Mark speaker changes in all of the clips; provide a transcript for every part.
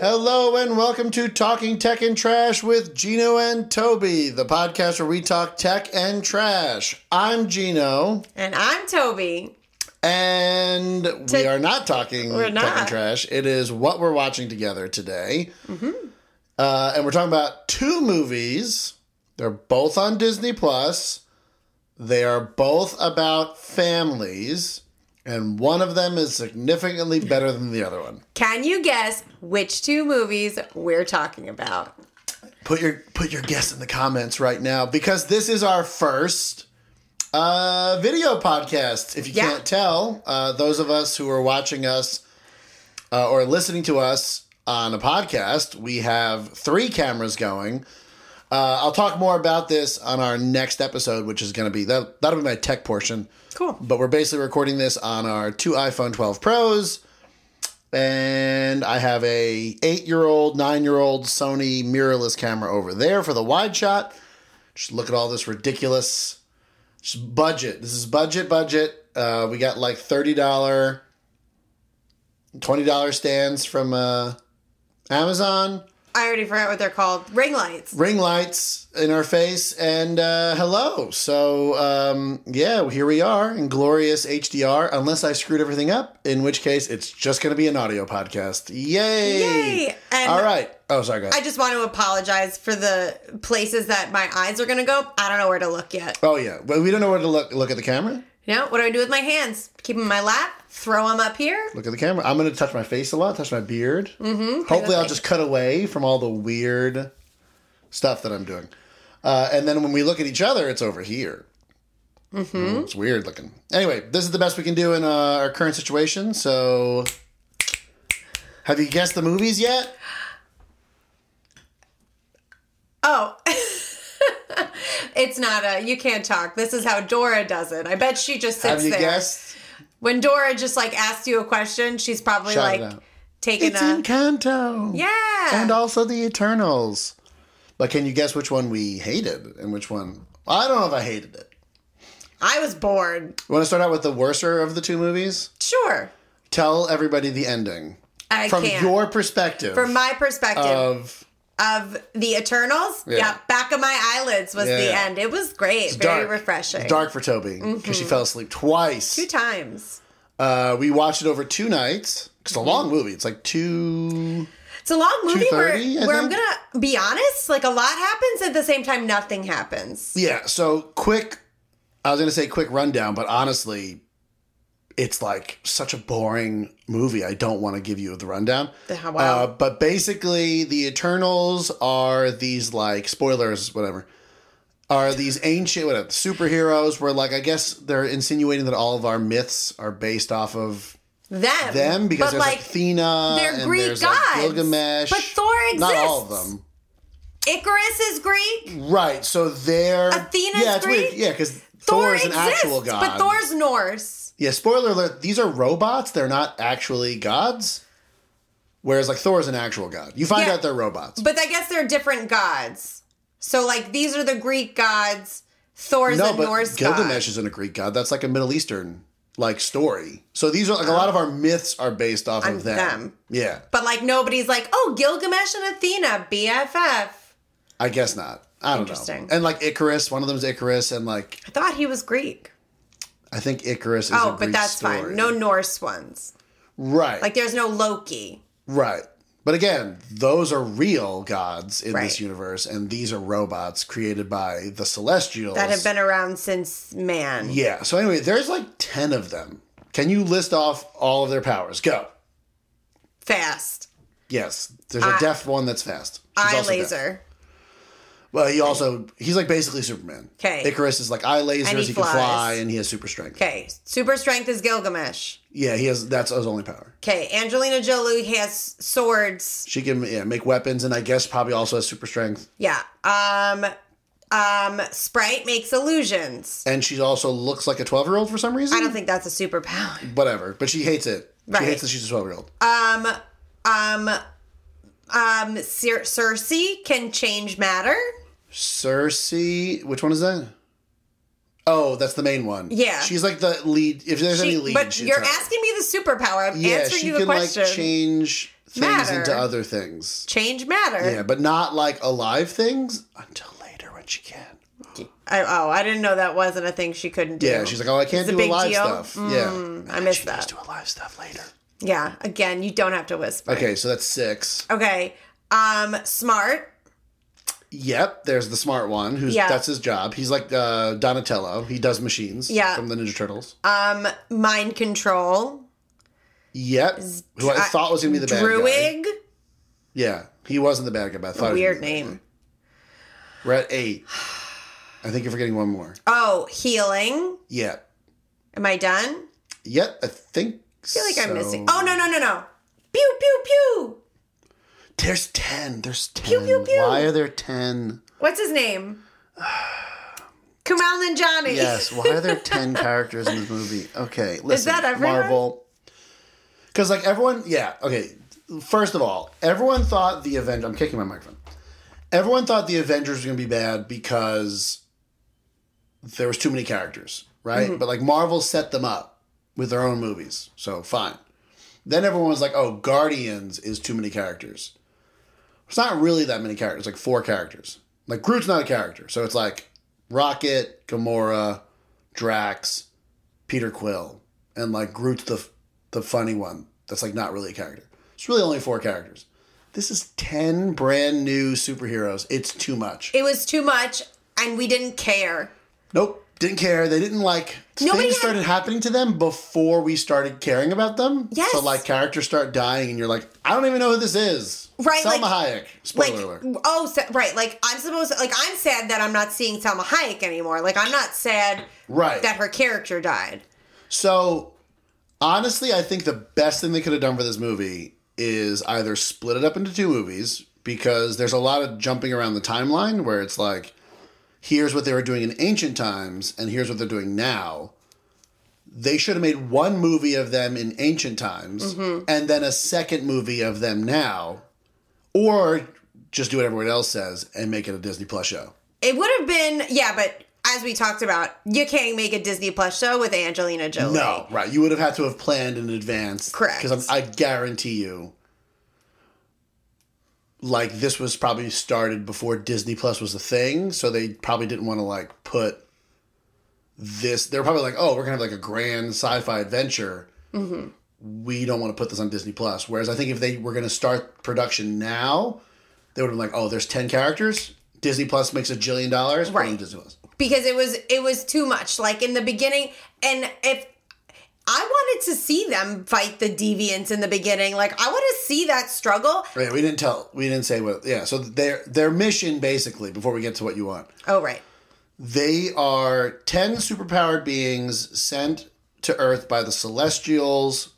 Speaker 1: Hello and welcome to Talking Tech and Trash with Gino and Toby, the podcast where we talk tech and trash. I'm Gino,
Speaker 2: And I'm Toby.
Speaker 1: and we
Speaker 2: To-
Speaker 1: are not talking
Speaker 2: We're
Speaker 1: tech and
Speaker 2: not.
Speaker 1: trash. It is what we're watching together today,
Speaker 2: Mm-hmm.
Speaker 1: uh, and we're talking about two movies. They're both on Disney Plus. They are both about families, and one of them is significantly better than the other one.
Speaker 2: Can you guess which two movies we're talking about?
Speaker 1: put your put your guess in the comments right now because this is our first uh, video podcast. If you
Speaker 2: Yeah.
Speaker 1: can't tell, uh, those of us who are watching us uh, or listening to us on a podcast, we have three cameras going. Uh, I'll talk more about this on our next episode, which is going to be that that'll be my tech portion.
Speaker 2: Cool.
Speaker 1: But we're basically recording this on our two iPhone 12 Pros, and I have a eight year old, nine year old Sony mirrorless camera over there for the wide shot. Just look at all this ridiculous just budget. This is budget, budget. Uh, we got like thirty dollar, twenty dollar stands from uh, Amazon.
Speaker 2: I already forgot what they're called. Ring lights.
Speaker 1: Ring lights in our face, and uh, hello. So um, yeah, here we are in glorious HDR. Unless I screwed everything up, in which case it's just going to be an audio podcast. Yay!
Speaker 2: Yay! And
Speaker 1: All right. Oh, sorry, guys.
Speaker 2: I just want to apologize for the places that my eyes are going to go. I don't know where to look yet.
Speaker 1: Oh yeah. Well, we don't know where to look. Look at the camera.
Speaker 2: You know, what do I do with my hands? Keep them in my lap? Throw them up here?
Speaker 1: Look at the camera. I'm going to touch my face a lot. Touch my beard. Mm-hmm. Hopefully, I'll just cut away from all the weird stuff that I'm doing. Uh, and then when we look at each other, it's over here.
Speaker 2: Mm-hmm.
Speaker 1: Mm, It's weird looking. Anyway, this is the best we can do in uh, our current situation. So, have you guessed the movies yet?
Speaker 2: Oh. it's not a, you can't talk. This is how Dora does it. I bet she just sits
Speaker 1: Have you
Speaker 2: there.
Speaker 1: guessed?
Speaker 2: When Dora just like asks you a question, she's probably
Speaker 1: Shout it
Speaker 2: like
Speaker 1: out.
Speaker 2: taking
Speaker 1: It's
Speaker 2: a.
Speaker 1: Encanto.
Speaker 2: yeah.
Speaker 1: And also the Eternals. But can you guess which one we hated and which one? I don't know if I hated it.
Speaker 2: I was bored.
Speaker 1: You want to start out with the worser of the two movies?
Speaker 2: Sure.
Speaker 1: tell everybody the ending
Speaker 2: I
Speaker 1: from
Speaker 2: can't.
Speaker 1: your Oh, perspective.
Speaker 2: From my perspective
Speaker 1: of
Speaker 2: of the Eternals, yeah. back of my eyelids was the
Speaker 1: Yeah.
Speaker 2: end. It was great, very refreshing. Mm-hmm.
Speaker 1: It's dark for Toby because she fell asleep twice.
Speaker 2: Two times.
Speaker 1: Uh, we watched it over two nights. It's a
Speaker 2: Mm-hmm.
Speaker 1: long movie. It's like two.
Speaker 2: It's a long movie where,
Speaker 1: 2:30, I
Speaker 2: where I'm
Speaker 1: think.
Speaker 2: gonna be honest, like a lot happens at the same time nothing happens.
Speaker 1: Yeah. So quick. I was gonna say quick rundown, but honestly, it's like such a boring movie. I don't want to give you the rundown.
Speaker 2: Wow.
Speaker 1: Uh, but basically, the Eternals are these like spoilers, whatever. Are these ancient whatever, superheroes? Where like I guess they're insinuating that all of our myths are based off of
Speaker 2: them.
Speaker 1: them because
Speaker 2: but
Speaker 1: there's like,
Speaker 2: like
Speaker 1: Athena,
Speaker 2: they're
Speaker 1: and
Speaker 2: Greek
Speaker 1: there's,
Speaker 2: gods,
Speaker 1: like, Gilgamesh,
Speaker 2: but Thor
Speaker 1: Not all of
Speaker 2: exists.
Speaker 1: them,
Speaker 2: Icarus is Greek,
Speaker 1: right? So they're
Speaker 2: Athena's
Speaker 1: yeah, it's
Speaker 2: Greek?
Speaker 1: weird. yeah, because Thor,
Speaker 2: Thor,
Speaker 1: is an
Speaker 2: exists,
Speaker 1: actual god,
Speaker 2: but Thor's Norse.
Speaker 1: Yeah, spoiler alert, these are robots. They're not actually gods. Whereas, like, Thor is an actual god. You find
Speaker 2: Yeah.
Speaker 1: out they're robots.
Speaker 2: But I guess they're different gods. So like these are the Greek gods. Thor's
Speaker 1: no,
Speaker 2: a
Speaker 1: but
Speaker 2: Norse
Speaker 1: Gilgamesh
Speaker 2: god.
Speaker 1: isn't a Greek god. That's like a Middle Eastern, like, story. So these are, like, a lot of our myths are based off
Speaker 2: On
Speaker 1: of them.
Speaker 2: them.
Speaker 1: Yeah,
Speaker 2: But like nobody's like, oh, Gilgamesh and Athena, BFF.
Speaker 1: I guess not. I don't
Speaker 2: Interesting.
Speaker 1: know. And, like, Icarus, one of them's Icarus, and, like,
Speaker 2: I thought he was Greek.
Speaker 1: I think Icarus is a
Speaker 2: Oh,
Speaker 1: Greek
Speaker 2: but that's
Speaker 1: story.
Speaker 2: fine. No Norse ones.
Speaker 1: Right.
Speaker 2: Like there's no Loki.
Speaker 1: Right. But again, those are real gods in this
Speaker 2: Right.
Speaker 1: universe, and these are robots created by the Celestials.
Speaker 2: That have been around since man.
Speaker 1: Yeah. So anyway, there's like ten of them. Can you list off all of their powers? Go.
Speaker 2: Fast.
Speaker 1: Yes. There's a
Speaker 2: Eye-
Speaker 1: deaf one that's fast. She's
Speaker 2: Eye
Speaker 1: also deaf.
Speaker 2: laser.
Speaker 1: Well, he also he's like basically Superman.
Speaker 2: 'Kay.
Speaker 1: Icarus is like eye lasers.
Speaker 2: And
Speaker 1: he
Speaker 2: he
Speaker 1: can fly
Speaker 2: flies.
Speaker 1: and he has super strength.
Speaker 2: Okay. Super strength is Gilgamesh.
Speaker 1: Yeah. He has that's his only power.
Speaker 2: Okay. Angelina Jolie has swords.
Speaker 1: She can yeah make weapons and I guess probably also has super strength.
Speaker 2: Yeah. Um um Sprite makes illusions.
Speaker 1: And she also looks like a twelve year old for some reason.
Speaker 2: I don't think that's a superpower.
Speaker 1: Whatever. But she hates it.
Speaker 2: Right.
Speaker 1: She hates that she's a twelve year old.
Speaker 2: Um um um Cer- Cersei can change matter.
Speaker 1: Cersei. Which one is that? Oh, that's the main one.
Speaker 2: Yeah.
Speaker 1: she's like the lead. If there's any
Speaker 2: She-
Speaker 1: lead,
Speaker 2: but
Speaker 1: she's
Speaker 2: you're
Speaker 1: her.
Speaker 2: asking me the superpower. I'm
Speaker 1: Yeah,
Speaker 2: answering
Speaker 1: she
Speaker 2: you the
Speaker 1: can like
Speaker 2: question.
Speaker 1: change things
Speaker 2: Matter.
Speaker 1: into other things.
Speaker 2: Change matter.
Speaker 1: Yeah, but not like alive things until later when she can.
Speaker 2: I, oh, I didn't know that wasn't a thing she couldn't do.
Speaker 1: Yeah, she's like, oh, I can't
Speaker 2: It's a
Speaker 1: do
Speaker 2: big
Speaker 1: alive
Speaker 2: deal?
Speaker 1: stuff.
Speaker 2: Mm,
Speaker 1: yeah,
Speaker 2: I missed
Speaker 1: she can
Speaker 2: that.
Speaker 1: just do alive stuff later.
Speaker 2: Yeah, again, you don't have to whisper.
Speaker 1: Okay, so that's six.
Speaker 2: Okay. Um, smart.
Speaker 1: Yep, there's the smart one. Who's
Speaker 2: Yeah.
Speaker 1: that's his job. He's like uh, Donatello. He does machines.
Speaker 2: Yeah.
Speaker 1: from the Ninja Turtles.
Speaker 2: Um, mind control.
Speaker 1: yep, who I
Speaker 2: Dra-
Speaker 1: thought was gonna be the bad guy.
Speaker 2: Druid.
Speaker 1: Yeah, he wasn't the bad guy, but I thought he was
Speaker 2: Weird
Speaker 1: the bad
Speaker 2: name.
Speaker 1: guy. We're at eight. I think you're forgetting one more.
Speaker 2: Oh, healing.
Speaker 1: Yeah.
Speaker 2: Am I done?
Speaker 1: Yep, I think.
Speaker 2: I feel like I'm missing. Oh no no no no. Pew pew pew.
Speaker 1: There's ten. There's ten.
Speaker 2: pew, pew.
Speaker 1: Why are there ten?
Speaker 2: What's his name? Kumail and Johnny.
Speaker 1: Yes. Why are there ten characters in this movie? Okay. Listen,
Speaker 2: that everyone?
Speaker 1: Marvel. Because like everyone, yeah. Okay. First of all, everyone thought the Avengers. I'm kicking my microphone. Everyone thought the Avengers were gonna be bad because there was too many characters, right? But like Marvel set them up with their own movies, so fine. Then everyone was like, "Oh, Guardians is too many characters." It's not really that many characters, like four characters. Like Groot's not a character, so it's like Rocket, Gamora, Drax, Peter Quill, and like Groot's the the funny one. That's like not really a character. It's really only four characters. This is ten brand new superheroes. It's too much.
Speaker 2: It was too much, and we didn't care.
Speaker 1: Nope, didn't care. They didn't like
Speaker 2: Nobody
Speaker 1: things
Speaker 2: had-
Speaker 1: started happening to them before we started caring about them.
Speaker 2: Yes.
Speaker 1: So like characters start dying, and you're like, I don't even know who this is.
Speaker 2: Right,
Speaker 1: Selma
Speaker 2: like-
Speaker 1: Hayek. Spoiler
Speaker 2: Like
Speaker 1: alert.
Speaker 2: oh so, right, like I'm supposed to, like I'm sad that I'm not seeing Selma Hayek anymore. Like I'm not sad
Speaker 1: Right.
Speaker 2: that her character died.
Speaker 1: so honestly, I think the best thing they could have done for this movie is either split it up into two movies because there's a lot of jumping around the timeline where it's like, here's what they were doing in ancient times, and here's what they're doing now. they should have made one movie of them in ancient times and then a second movie of them now or just do what everyone else says and make it a disney plus show
Speaker 2: It would have been yeah, but as we talked about, you can't make a Disney Plus show with Angelina Jolie.
Speaker 1: no right you would have had to have planned in advance
Speaker 2: Correct.
Speaker 1: because i guarantee you like this was probably started before disney plus was a thing so they probably didn't want to like put this they're probably like oh we're gonna have like a grand sci-fi adventure
Speaker 2: Mm-hmm.
Speaker 1: we don't want to put this on Disney Plus. Whereas I think if they were going to start production now, they would have been like, oh, there's 10 characters. Disney Plus makes a jillion dollars. put it on
Speaker 2: Right.
Speaker 1: Disney Plus.
Speaker 2: because it was it was too much like in the beginning and if I wanted to see them fight the deviants in the beginning. Like I want to see that struggle.
Speaker 1: Right. We didn't tell, we didn't say what, yeah. So their, their mission basically, before we get to what you want,
Speaker 2: Oh right.
Speaker 1: they are 10 superpowered beings sent to Earth by the Celestials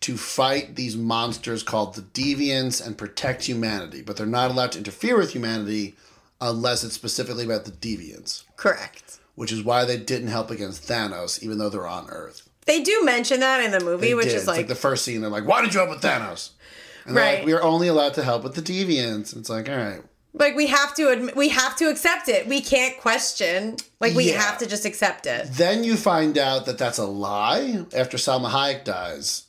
Speaker 1: to fight these monsters called the Deviants and protect humanity. But they're not allowed to interfere with humanity unless it's specifically about the Deviants.
Speaker 2: Correct.
Speaker 1: which is why they didn't help against Thanos, even though they're on Earth.
Speaker 2: They do mention that in the movie,
Speaker 1: They
Speaker 2: which
Speaker 1: did.
Speaker 2: is
Speaker 1: It's like,
Speaker 2: like,
Speaker 1: the first scene, they're like, "Why did you help with Thanos?" And they're
Speaker 2: Right.
Speaker 1: like, "We are only allowed to help with the deviants." And it's like, all right,
Speaker 2: like we have to admit, we have to accept it. We can't question. Like we
Speaker 1: Yeah.
Speaker 2: have to just accept it.
Speaker 1: then you find out that that's a lie after Salma Hayek dies.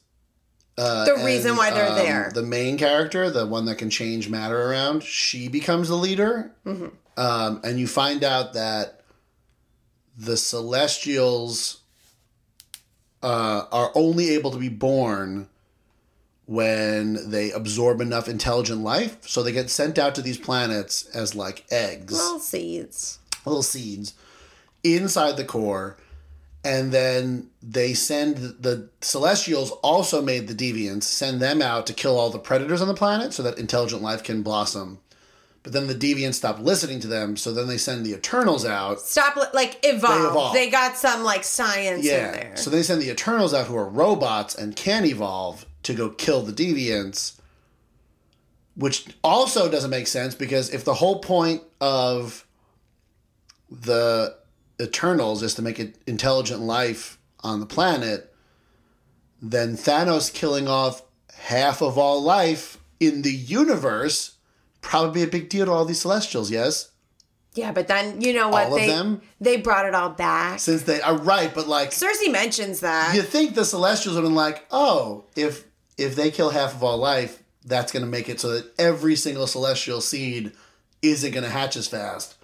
Speaker 1: Uh,
Speaker 2: The reason why they're there.
Speaker 1: The main character, the one that can change matter around, she becomes the leader.
Speaker 2: Mm-hmm.
Speaker 1: Um, and you find out that the Celestials uh, are only able to be born when they absorb enough intelligent life. So they get sent out to these planets as like eggs
Speaker 2: Little seeds.
Speaker 1: little seeds inside the core and then they send the celestials also made the deviants send them out to kill all the predators on the planet so that intelligent life can blossom but then the deviants stop listening to them so then they send the eternals out
Speaker 2: Stop. li- Like evolve. They,
Speaker 1: evolve.
Speaker 2: got some like science in
Speaker 1: yeah
Speaker 2: there.
Speaker 1: so they send the eternals out who are robots and can evolve to go kill the deviants which also doesn't make sense because if the whole point of the Eternals is to make it intelligent life on the planet, then Thanos killing off half of all life in the universe probably a big deal to all these Celestials. Yes,
Speaker 2: yeah, but then you know what
Speaker 1: All of
Speaker 2: they
Speaker 1: them?
Speaker 2: they brought it all back.
Speaker 1: since they are right, but like
Speaker 2: Cersei mentions that.
Speaker 1: you think the Celestials would have been like, oh, if if they kill half of all life, that's going to make it so that every single celestial seed isn't going to hatch as fast.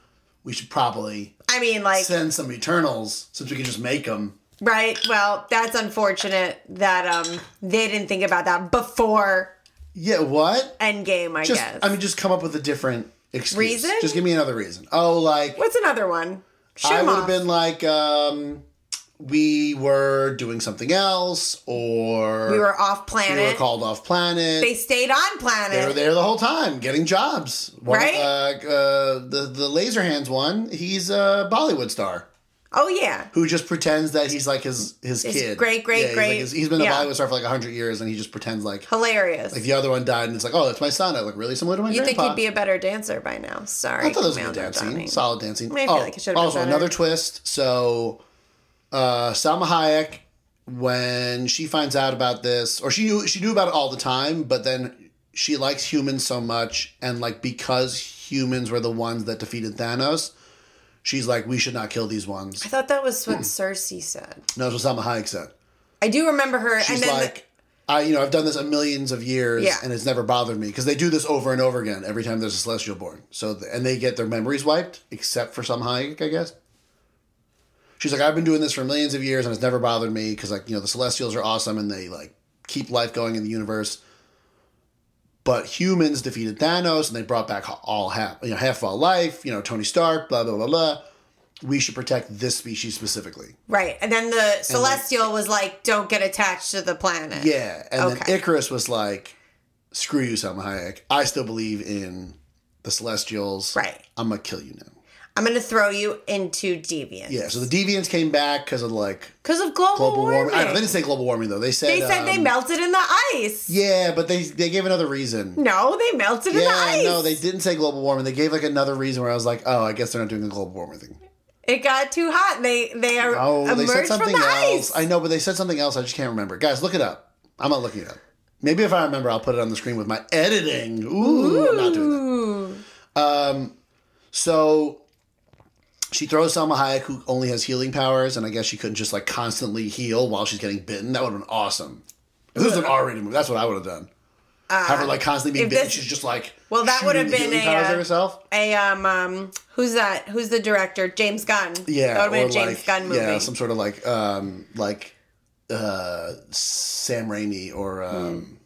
Speaker 1: We should probably
Speaker 2: I mean, like,
Speaker 1: send some Eternals since we can just make them.
Speaker 2: right? Well, that's unfortunate that um they didn't think about that before
Speaker 1: Yeah, what?
Speaker 2: Endgame. I
Speaker 1: Just
Speaker 2: guess.
Speaker 1: I mean, just come up with a different excuse.
Speaker 2: Reason?
Speaker 1: Just give me another reason. Oh, like
Speaker 2: What's another one? Show
Speaker 1: I would
Speaker 2: off.
Speaker 1: have been like, um, we were doing something else, or
Speaker 2: we were off
Speaker 1: we
Speaker 2: planet.
Speaker 1: were called off planet.
Speaker 2: they stayed on planet.
Speaker 1: They were there the whole time, getting jobs. One,
Speaker 2: Right?
Speaker 1: Uh, uh, the the laser hands one. He's a Bollywood star
Speaker 2: Oh yeah.
Speaker 1: who just pretends that he's like his his, kid.
Speaker 2: great, great,
Speaker 1: Yeah, he's,
Speaker 2: great-
Speaker 1: Like his- he's been a
Speaker 2: yeah.
Speaker 1: Bollywood star for like hundred years, and he just pretends like
Speaker 2: Hilarious.
Speaker 1: the other one died, and it's like, oh, that's my son. I look really similar to my
Speaker 2: you think
Speaker 1: grandpa.
Speaker 2: he'd be a better dancer by now. Sorry.
Speaker 1: I thought that was a good
Speaker 2: Commander
Speaker 1: dancing,
Speaker 2: Donning.
Speaker 1: solid dancing.
Speaker 2: I feel
Speaker 1: oh,
Speaker 2: like it should've been
Speaker 1: also
Speaker 2: better.
Speaker 1: another twist. So, uh, Salma Hayek, when she finds out about this, or she knew she knew about it all the time, but then she likes humans so much, and like because humans were the ones that defeated Thanos, she's like, we should not kill these ones.
Speaker 2: I thought that was
Speaker 1: Hmm.
Speaker 2: what Cersei said.
Speaker 1: And that's what Salma Hayek said.
Speaker 2: I do remember her.
Speaker 1: She's
Speaker 2: and then
Speaker 1: like. I, you know, I've done this a millions of years,
Speaker 2: Yeah.
Speaker 1: and it's never bothered me because they do this over and over again every time there's a celestial born. So, th- and they get their memories wiped, except for some Hayek, I guess. She's like, I've been doing this for millions of years, and it's never bothered me because, like, you know, the Celestials are awesome and they like keep life going in the universe. But humans defeated Thanos and they brought back h- all half, you know, half of all life. You know, Tony Stark, blah blah blah blah. We should protect this species specifically.
Speaker 2: right. And then the Celestial was like, don't get attached to the planet.
Speaker 1: Yeah, and
Speaker 2: Okay.
Speaker 1: then Icarus was like, "Screw you, Salma Hayek. I still believe in the Celestials.
Speaker 2: Right.
Speaker 1: I'm gonna kill you now."
Speaker 2: I'm going to throw you into Deviant.
Speaker 1: Yeah. So the Deviants came back because of like
Speaker 2: Because of global,
Speaker 1: global warming.
Speaker 2: warming.
Speaker 1: I don't. They didn't say global warming though. They said
Speaker 2: They said they
Speaker 1: um,
Speaker 2: melted in the ice.
Speaker 1: Yeah, but they they gave another reason.
Speaker 2: No, they melted in the
Speaker 1: Yeah,
Speaker 2: ice.
Speaker 1: no, they didn't say global warming. They gave like another reason where I was like, oh, I guess they're not doing the global warming thing.
Speaker 2: It got too hot. and They they are
Speaker 1: Oh, they
Speaker 2: emerged
Speaker 1: said
Speaker 2: from
Speaker 1: something
Speaker 2: the ice.
Speaker 1: else. I know, but they said something else. I just can't remember. Guys, look it up. I'm not looking it up. Maybe if I remember, I'll put it on the screen with my editing. Ooh, I'm not doing that.
Speaker 2: Ooh.
Speaker 1: So she throws Salma Hayek, who only has healing powers, and I guess she couldn't just like constantly heal while she's getting bitten. That would have been awesome. If this was an R-rated movie, that's what I would have done. Have her like constantly being
Speaker 2: Uh, if
Speaker 1: bitten.
Speaker 2: this-
Speaker 1: she's just like
Speaker 2: Well, that would have
Speaker 1: shooting
Speaker 2: been
Speaker 1: healing
Speaker 2: a,
Speaker 1: powers
Speaker 2: uh,
Speaker 1: at herself.
Speaker 2: A um um who's that? Who's the director? James Gunn.
Speaker 1: Yeah,
Speaker 2: that would have been a
Speaker 1: or,
Speaker 2: James
Speaker 1: like,
Speaker 2: Gunn movie.
Speaker 1: Yeah, some sort of like um like uh Sam Raimi or um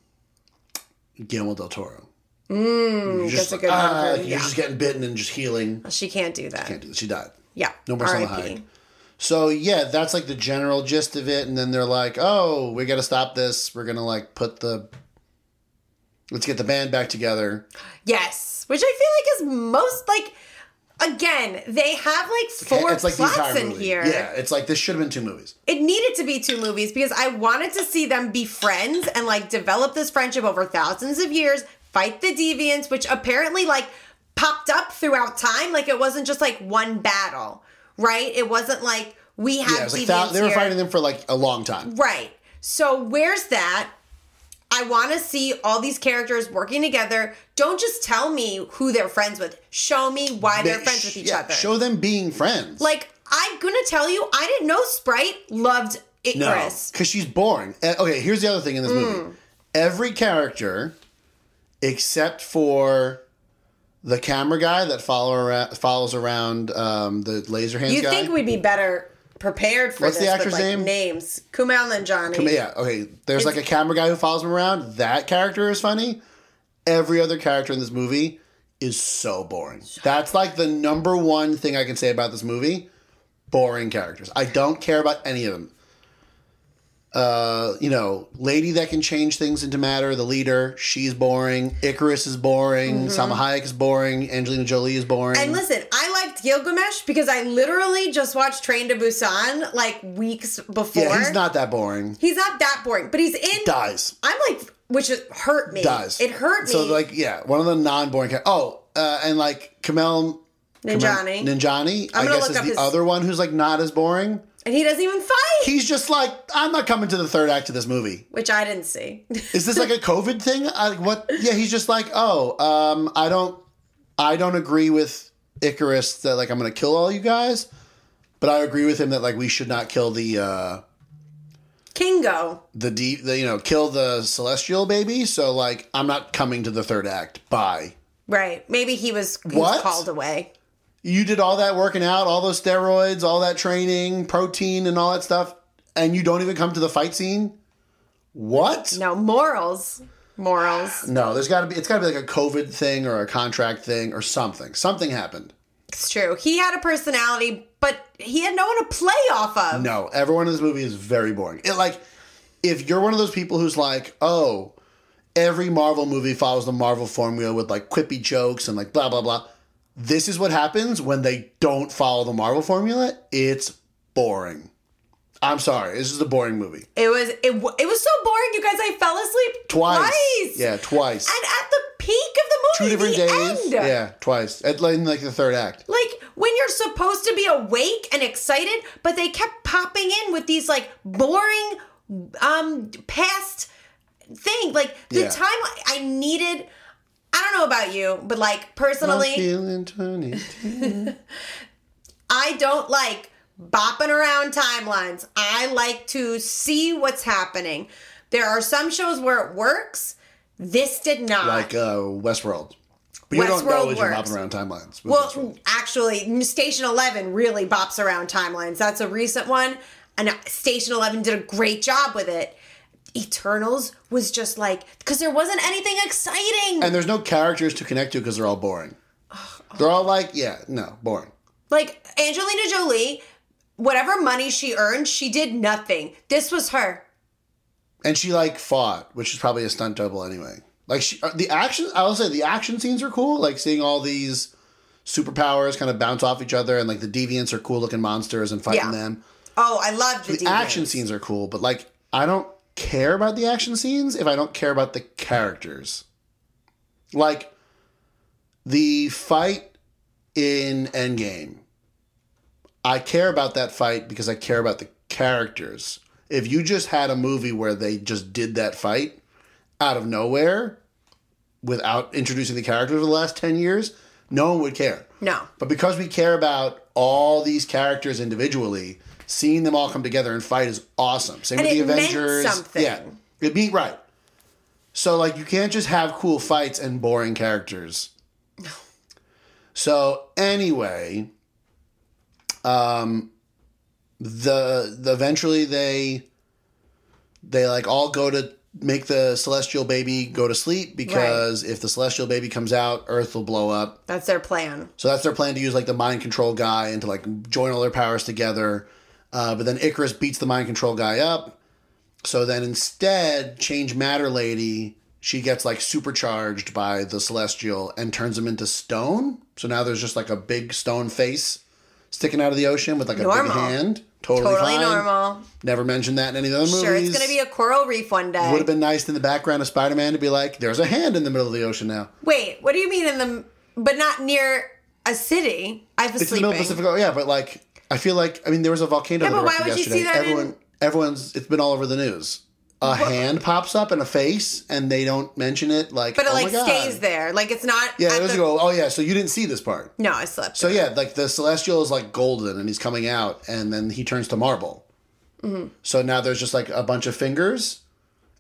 Speaker 1: Guillermo del Toro. Mm,
Speaker 2: Hmm, that's a good one for-
Speaker 1: You're
Speaker 2: yeah.
Speaker 1: just getting bitten and just healing.
Speaker 2: she can't do that.
Speaker 1: Can't do this. She died.
Speaker 2: Yeah.
Speaker 1: No more Salma
Speaker 2: R.I.P..
Speaker 1: Hayek. So yeah, that's like the general gist of it, and then they're like, "Oh, we got to stop this. We're gonna like put the, let's get the band back together."
Speaker 2: Yes, which I feel like is most like. Again, they have like four
Speaker 1: it's like the
Speaker 2: plots
Speaker 1: entire
Speaker 2: in
Speaker 1: movie.
Speaker 2: here.
Speaker 1: Yeah, it's like this should have been two movies.
Speaker 2: It needed to be two movies because I wanted to see them be friends and like develop this friendship over thousands of years, fight the deviants, which apparently like popped up throughout time. Like it wasn't just like one battle, right? It wasn't like we have
Speaker 1: Yeah, it was like
Speaker 2: deviants.
Speaker 1: thou- they were
Speaker 2: here.
Speaker 1: fighting them for like a long time.
Speaker 2: Right. So where's that? I want to see all these characters working together. Don't just tell me who they're friends with. Show me why they're friends with each
Speaker 1: Yeah,
Speaker 2: other.
Speaker 1: Show them being friends.
Speaker 2: like I'm gonna tell you, I didn't know Sprite loved
Speaker 1: no,
Speaker 2: Icarus.
Speaker 1: because she's boring. Uh, Okay, here's the other thing in this
Speaker 2: Mm.
Speaker 1: movie: every character, except for. The camera guy that follow around, follows around um, the laser hands
Speaker 2: You
Speaker 1: guy.
Speaker 2: think we'd be better prepared for
Speaker 1: What's the
Speaker 2: this
Speaker 1: actor's
Speaker 2: with like
Speaker 1: name?
Speaker 2: names? Kumail Nanjiani.
Speaker 1: But yeah, okay. There's like a camera guy who follows him around. That character is funny. Every other character in this movie is so boring. That's like the number one thing I can say about this movie. Boring characters. I don't care about any of them. Uh, you know, lady that can change things into matter, the leader, she's boring. Icarus is boring. Salma Hayek is boring. Angelina Jolie is boring.
Speaker 2: And listen, I liked Gilgamesh because I literally just watched Train to Busan like weeks before.
Speaker 1: yeah, he's not that boring.
Speaker 2: He's not that boring, but he's in.
Speaker 1: Dies.
Speaker 2: I'm like, which is- hurt me.
Speaker 1: Dies.
Speaker 2: It hurt me.
Speaker 1: So like, yeah, one of the non-boring. Ca- oh, uh, and like Kamel
Speaker 2: Ninjani.
Speaker 1: Ninjani, I
Speaker 2: gonna
Speaker 1: guess
Speaker 2: look
Speaker 1: is
Speaker 2: up
Speaker 1: the
Speaker 2: his-
Speaker 1: other one who's like not as boring.
Speaker 2: and he doesn't even fight,
Speaker 1: He's just like, I'm not coming to the third act of this movie.
Speaker 2: which I didn't see.
Speaker 1: Is this like a COVID thing? I, what? Yeah, he's just like, oh, um, I don't, I don't agree with Icarus that like I'm gonna kill all you guys, but I agree with him that like we should not kill the uh
Speaker 2: Kingo.
Speaker 1: the deep, the, you know, kill the celestial baby. So like, I'm not coming to the third act. Bye.
Speaker 2: Right. Maybe he was, he was
Speaker 1: What?
Speaker 2: called away.
Speaker 1: You did all that working out, all those steroids, all that training, protein, and all that stuff, and you don't even come to the fight scene. What?
Speaker 2: No, morals. Morals.
Speaker 1: No, there's got to be. It's got to be like a COVID thing or a contract thing or something. Something happened.
Speaker 2: It's true. He had a personality, but he had no one to play off of.
Speaker 1: No, everyone in this movie is very boring. It like if you're one of those people who's like, oh, every Marvel movie follows the Marvel formula with like quippy jokes and like blah blah blah. This is what happens when they don't follow the Marvel formula. It's boring. I'm sorry. This is a boring movie.
Speaker 2: It was it, w- it was so boring, you guys. I fell asleep
Speaker 1: Twice.
Speaker 2: twice.
Speaker 1: Yeah, twice.
Speaker 2: And at the peak of the
Speaker 1: Two
Speaker 2: movie,
Speaker 1: different
Speaker 2: the
Speaker 1: days.
Speaker 2: end.
Speaker 1: Yeah, twice. At like, in, like the third act.
Speaker 2: Like when you're supposed to be awake and excited, but they kept popping in with these like boring um past thing. Like the
Speaker 1: Yeah.
Speaker 2: time I needed I don't know about you, but like personally,
Speaker 1: Feeling 22.
Speaker 2: I don't like bopping around timelines. I like to see what's happening. There are some shows where it works. This did not.
Speaker 1: like uh, Westworld. But you don't
Speaker 2: Westworld
Speaker 1: know as you're
Speaker 2: works.
Speaker 1: bopping around timelines. with Westworld.
Speaker 2: Well, actually, Station 11 really bops around timelines. That's a recent one. And Station 11 did a great job with it. Eternals was just like, because there wasn't anything exciting.
Speaker 1: And there's no characters to connect to because they're all boring. They're all like, yeah, no, boring.
Speaker 2: like, Angelina Jolie, whatever money she earned, she did nothing. This was her.
Speaker 1: And she like fought, which is probably a stunt double anyway. Like she, uh, the action, I will say the action scenes are cool. Like seeing all these superpowers kind of bounce off each other, and like the deviants are cool looking monsters and fighting
Speaker 2: Yeah.
Speaker 1: them.
Speaker 2: Oh, I loved the,
Speaker 1: The action scenes are cool, but like I don't care about the action scenes if I don't care about the characters. Like the fight in Endgame. I care about that fight because I care about the characters. If you just had a movie where they just did that fight out of nowhere without introducing the characters over the last 10 years, no one would care.
Speaker 2: No.
Speaker 1: But because we care about all these characters individually, seeing them all come together and fight is awesome. Same
Speaker 2: And
Speaker 1: with the
Speaker 2: it meant
Speaker 1: Avengers.
Speaker 2: something.
Speaker 1: Yeah. It be right. So like you can't just have cool fights and boring characters. So anyway, um the, the eventually they they like all go to make the celestial baby go to sleep because if the celestial baby comes out, Earth will blow up.
Speaker 2: That's their plan.
Speaker 1: So that's their plan to use like the mind control guy and to like join all their powers together. Uh, but then Icarus beats the mind control guy up. So then instead, Change Matter Lady, she gets like supercharged by the Celestial and turns him into stone. So now there's just like a big stone face sticking out of the ocean with like a big
Speaker 2: Normal.
Speaker 1: hand. Totally,
Speaker 2: Totally
Speaker 1: fine.
Speaker 2: normal.
Speaker 1: Never mentioned that in any of the other movies.
Speaker 2: Sure, it's going to be a coral reef one day.
Speaker 1: Would have been nice in the background of Spider Man to be like, there's a hand in the middle of the ocean now.
Speaker 2: Wait, what do you mean in the, but not near a city? I was
Speaker 1: It's in
Speaker 2: sleeping.
Speaker 1: the middle of Pacific. Ocean. Yeah, but like I feel like I mean there was a volcano.
Speaker 2: Yeah,
Speaker 1: that
Speaker 2: but why
Speaker 1: erupted
Speaker 2: would you see
Speaker 1: yesterday.
Speaker 2: that
Speaker 1: Everyone,
Speaker 2: in-
Speaker 1: everyone's it's been all over the news. A hand pops up and a face, and they don't mention it. Like,
Speaker 2: But it
Speaker 1: oh
Speaker 2: like
Speaker 1: my God.
Speaker 2: stays there. Like it's not.
Speaker 1: Yeah,
Speaker 2: at
Speaker 1: it was
Speaker 2: the-
Speaker 1: go. Oh yeah, so you didn't see this part.
Speaker 2: No, I slept.
Speaker 1: So yeah, like the celestial is like golden, and he's coming out, and then he turns to marble.
Speaker 2: Mm-hmm.
Speaker 1: So now there's just like a bunch of fingers,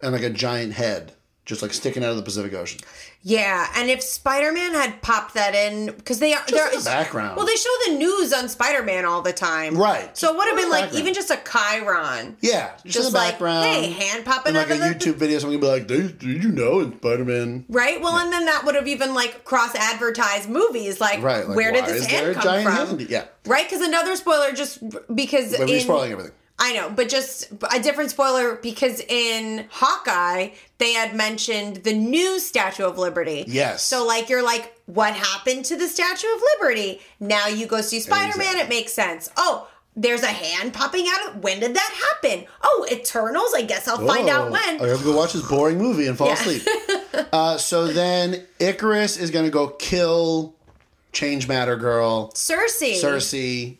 Speaker 1: and like a giant head just like sticking out of the Pacific Ocean.
Speaker 2: yeah, and if Spider Man had popped that in, because they are
Speaker 1: Just
Speaker 2: they're-
Speaker 1: in the background.
Speaker 2: Well, they show the news on Spider Man all the time,
Speaker 1: Right.
Speaker 2: So it would have
Speaker 1: Just in
Speaker 2: been
Speaker 1: the
Speaker 2: like
Speaker 1: background.
Speaker 2: even just a Chiron,
Speaker 1: yeah, just, in
Speaker 2: just
Speaker 1: the
Speaker 2: like
Speaker 1: background.
Speaker 2: hey, hand popping
Speaker 1: and like
Speaker 2: up
Speaker 1: a
Speaker 2: in the-
Speaker 1: YouTube video, someone gonna be like, "Did, did you know in Spider Man
Speaker 2: right. Well, and then that would have even like cross advertised movies, like,
Speaker 1: Right. Like,
Speaker 2: where did
Speaker 1: why
Speaker 2: this
Speaker 1: is
Speaker 2: hand
Speaker 1: there a
Speaker 2: come
Speaker 1: giant
Speaker 2: from?
Speaker 1: hand? Yeah.
Speaker 2: Right, because another spoiler just because
Speaker 1: But we're
Speaker 2: in-
Speaker 1: spoiling everything.
Speaker 2: I know, but just a different spoiler because in Hawkeye, they had mentioned the new Statue of Liberty.
Speaker 1: Yes.
Speaker 2: So, like, you're like, what happened to the Statue of Liberty? Now you go see Spider Man,
Speaker 1: Exactly.
Speaker 2: it makes sense. Oh, there's a hand popping out of. When did that happen? Oh, Eternals? I guess I'll find out
Speaker 1: Oh,
Speaker 2: when.
Speaker 1: I have to go watch this boring movie and fall
Speaker 2: Yeah.
Speaker 1: asleep. uh, so then Icarus is going to go kill Change Matter Girl,
Speaker 2: Cersei.
Speaker 1: Cersei,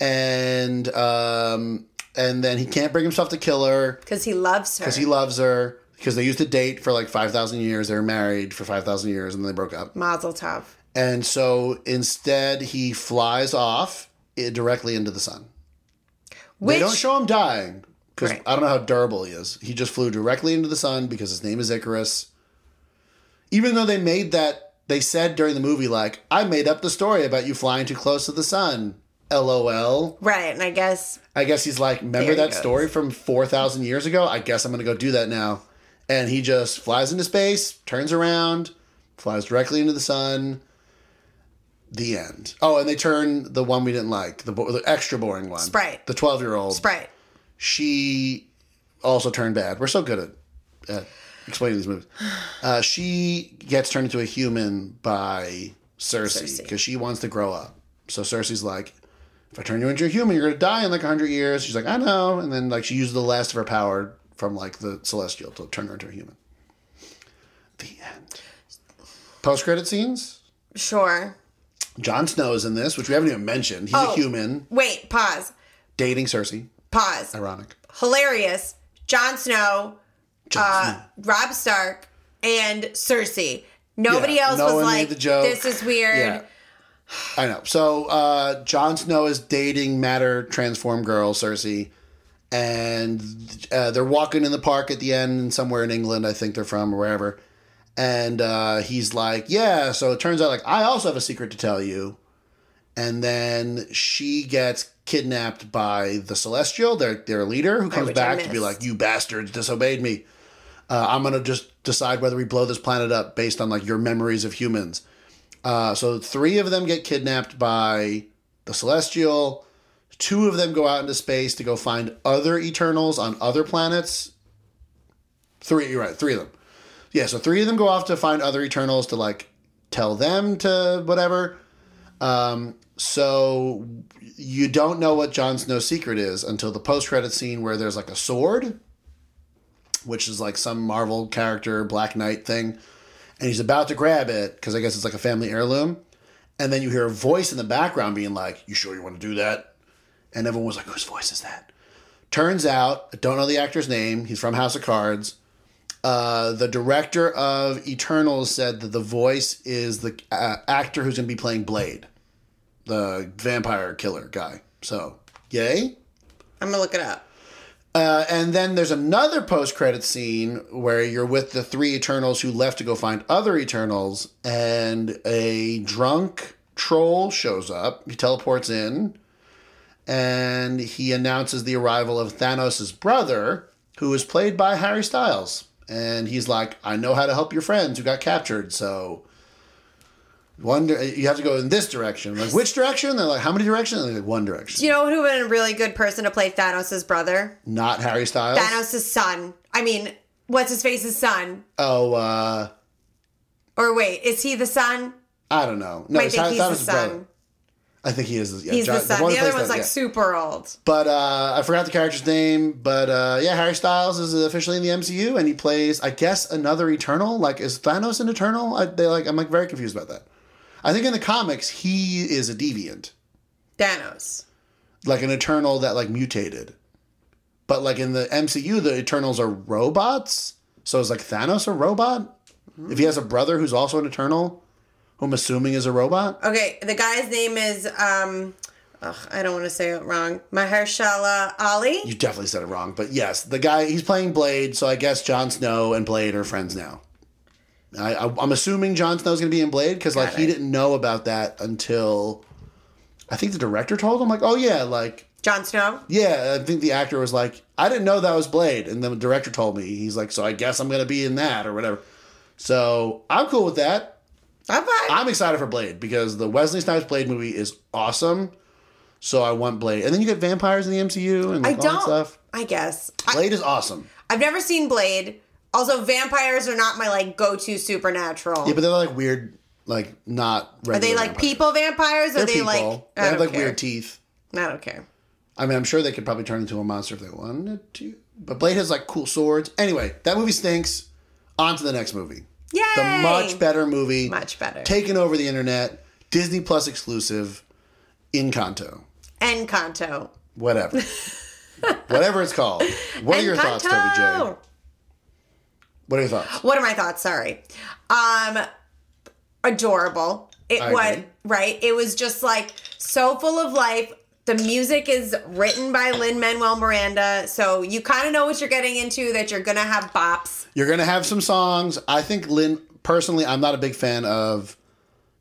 Speaker 1: and um, and then he can't bring himself to kill her
Speaker 2: Because he loves her.
Speaker 1: because he loves her because they used to date for like five thousand years. They were married for five thousand years and then they broke up.
Speaker 2: Mazel tov.
Speaker 1: And so instead, he flies off eh, directly into the sun.
Speaker 2: Which
Speaker 1: they don't show him dying, because
Speaker 2: Right.
Speaker 1: I don't know how durable he is. He just flew directly into the sun because his name is Icarus. Even though they made that, they said during the movie, like, I made up the story about you flying too close to the sun. LOL.
Speaker 2: Right, and I guess
Speaker 1: I guess he's like, remember
Speaker 2: There he
Speaker 1: that
Speaker 2: goes.
Speaker 1: story from 4,000 years ago? I guess I'm going to go do that now. And he just flies into space, turns around, flies directly into the sun. The end. Oh, and they turn the one we didn't like, the, bo- the extra boring one.
Speaker 2: Sprite.
Speaker 1: The 12 year old.
Speaker 2: Sprite.
Speaker 1: She also turned bad. We're so good at, at explaining these movies. Uh, she gets turned into a human by Cersei
Speaker 2: Cersei.
Speaker 1: because she wants to grow up. So Cersei's like, if I turn you into a human, you're gonna die in like hundred years. She's like, I know. And then like she uses the last of her power from like the celestial to turn her into a human. The end. Post credit scenes.
Speaker 2: Sure.
Speaker 1: Jon Snow is in this, which we haven't even mentioned. He's a
Speaker 2: Oh.
Speaker 1: human
Speaker 2: Wait, pause.
Speaker 1: dating Cersei.
Speaker 2: Pause.
Speaker 1: Ironic.
Speaker 2: Hilarious. Jon Snow,
Speaker 1: Jon
Speaker 2: uh,
Speaker 1: Hmm.
Speaker 2: Rob Stark, and Cersei. Nobody
Speaker 1: Yeah,
Speaker 2: else
Speaker 1: no
Speaker 2: was
Speaker 1: one made
Speaker 2: like,
Speaker 1: the joke.
Speaker 2: this is weird.
Speaker 1: Yeah. I know. So uh Jon Snow is dating Matter Transform Girl Cersei, and uh, they're walking in the park at the end, and somewhere in England, I think they're from or wherever. And uh, he's like, "Yeah." So it turns out, like, I also have a secret to tell you. And then she gets kidnapped by the Celestial, their their leader, who comes
Speaker 2: which I
Speaker 1: back to be
Speaker 2: missed.
Speaker 1: like, "You bastards disobeyed me." Uh, I'm gonna just decide whether we blow this planet up based on like your memories of humans. Uh, so three of them get kidnapped by the Celestial. Two of them go out into space to go find other Eternals on other planets. Three, you're right, three of them. Yeah, so three of them go off to find other Eternals to like tell them to whatever. Um, so you don't know what Jon Snow's secret is until the post-credit scene where there's like a sword, which is like some Marvel character Black Knight thing and he's about to grab it because I guess it's like a family heirloom. And then you hear a voice in the background being like, "You sure you want to do that?" And everyone was like, "Whose voice is that?" Turns out, I don't know the actor's name. He's from House of Cards. Uh, the director of Eternals said that the voice is the uh, actor who's going to be playing Blade, the vampire killer guy. So, yay!
Speaker 2: I'm going to look it up.
Speaker 1: Uh, and then there's another post-credit scene where you're with the three Eternals who left to go find other Eternals, and a drunk troll shows up. He teleports in, and he announces the arrival of Thanos' brother, who is played by Harry Styles. And he's like, "I know how to help your friends who got captured, so." Wonder you have to go in this direction. Like which direction? They're like, how many directions? And they're like, one direction.
Speaker 2: Do you know who would have been a really good person to play Thanos' brother?
Speaker 1: Not Harry Styles.
Speaker 2: Thanos' son. I mean, what's his face's son?
Speaker 1: Oh, uh
Speaker 2: Or wait, is he the son?
Speaker 1: I don't know. No,
Speaker 2: I
Speaker 1: it's
Speaker 2: think
Speaker 1: Tha-
Speaker 2: he's
Speaker 1: Thanos'
Speaker 2: the son.
Speaker 1: brother. I think he is. Yeah,
Speaker 2: He's
Speaker 1: John-
Speaker 2: the son.
Speaker 1: one
Speaker 2: The
Speaker 1: who
Speaker 2: other
Speaker 1: plays
Speaker 2: one's
Speaker 1: that,
Speaker 2: like
Speaker 1: yeah.
Speaker 2: super old.
Speaker 1: But uh, I forgot the character's name. But uh, yeah, Harry Styles is officially in the MCU, and he plays, I guess, another Eternal. Like, is Thanos an Eternal? I, they like, I'm like very confused about that. I think in the comics he is a deviant,
Speaker 2: Thanos.
Speaker 1: like an Eternal that like mutated. But like in the MCU, the Eternals are robots. So is like Thanos a robot? If he has a brother who's also an Eternal, who I'm assuming is a robot.
Speaker 2: Okay, the guy's name is um ugh, I don't want to say it wrong. Mahershala Ali.
Speaker 1: You definitely said it wrong, but yes, the guy he's playing Blade, so I guess Jon Snow and Blade are friends now. I, I, am assuming Jon Snow's going to be in Blade because like
Speaker 2: Got
Speaker 1: he
Speaker 2: it.
Speaker 1: didn't know about that until I think the director told him like, oh yeah, like
Speaker 2: Jon Snow.
Speaker 1: yeah, I think the actor was like, I didn't know that was Blade, and the director told me he's like, so I guess I'm going to be in that or whatever. So I'm cool with that.
Speaker 2: I'm fine.
Speaker 1: I'm excited for Blade because the Wesley Snipes Blade movie is awesome. So I want Blade, and then you get vampires in the MCU and
Speaker 2: I
Speaker 1: like, all that
Speaker 2: don't
Speaker 1: stuff.
Speaker 2: I guess. I,
Speaker 1: Blade is awesome.
Speaker 2: I've never seen Blade. Also, vampires are not my like go-to supernatural.
Speaker 1: Yeah, but they're like weird, like not. Regular
Speaker 2: are they like people vampires? Or are
Speaker 1: They're
Speaker 2: they
Speaker 1: people.
Speaker 2: like I
Speaker 1: they have
Speaker 2: don't
Speaker 1: like
Speaker 2: care.
Speaker 1: weird teeth.
Speaker 2: I don't care.
Speaker 1: I mean, I'm sure they could probably turn into a monster if they wanted to. But Blade has like cool swords. Anyway, that movie stinks. On to the next movie.
Speaker 2: Yay!
Speaker 1: The much better movie.
Speaker 2: Much better.
Speaker 1: Taken over the internet. Disney Plus exclusive. Encanto.
Speaker 2: Encanto.
Speaker 1: Whatever. Whatever it's called. What are your thoughts, Toby J?
Speaker 2: Encanto!
Speaker 1: What are your thoughts?
Speaker 2: What are my thoughts? Sorry. Um adorable. It
Speaker 1: I
Speaker 2: was
Speaker 1: agree.
Speaker 2: right. It was just like so full of life. The music is written by Lin Manuel Miranda, so you kind of know what you're getting into. That you're gonna have bops.
Speaker 1: You're gonna have some songs. I think Lynn personally, I'm not a big fan of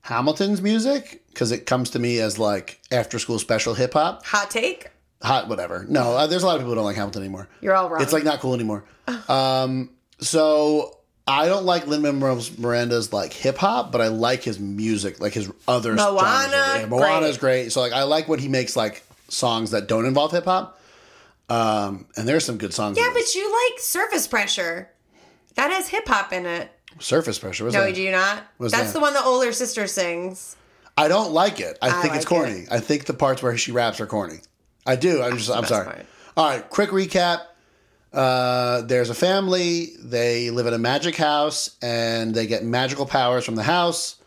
Speaker 1: Hamilton's music because it comes to me as like after school special hip hop,
Speaker 2: Hot take.
Speaker 1: hot whatever. No, uh, there's a lot of people who don't like Hamilton anymore.
Speaker 2: You're all wrong.
Speaker 1: It's like not cool anymore. um, so I don't like Lin Manuel Miranda's like hip hop, but I like his music, like his other genres of-
Speaker 2: Moana,
Speaker 1: yeah, Moana is great. So like I like when he makes like songs that don't involve hip hop. Um, and there's some good songs.
Speaker 2: yeah,
Speaker 1: in
Speaker 2: but you like Surface Pressure. That has hip hop in it.
Speaker 1: it. surface pressure. Was
Speaker 2: No,
Speaker 1: that?
Speaker 2: you do not.
Speaker 1: What's
Speaker 2: That's
Speaker 1: that?
Speaker 2: the one the older sister sings.
Speaker 1: I don't like it. I, think it's
Speaker 2: like
Speaker 1: corny. I think the parts where she raps are corny. I do. I'm just. I'm
Speaker 2: best
Speaker 1: sorry.
Speaker 2: part.
Speaker 1: All right. Quick recap. Uh, there's a family. They live in a magic house, and they get magical powers from the house.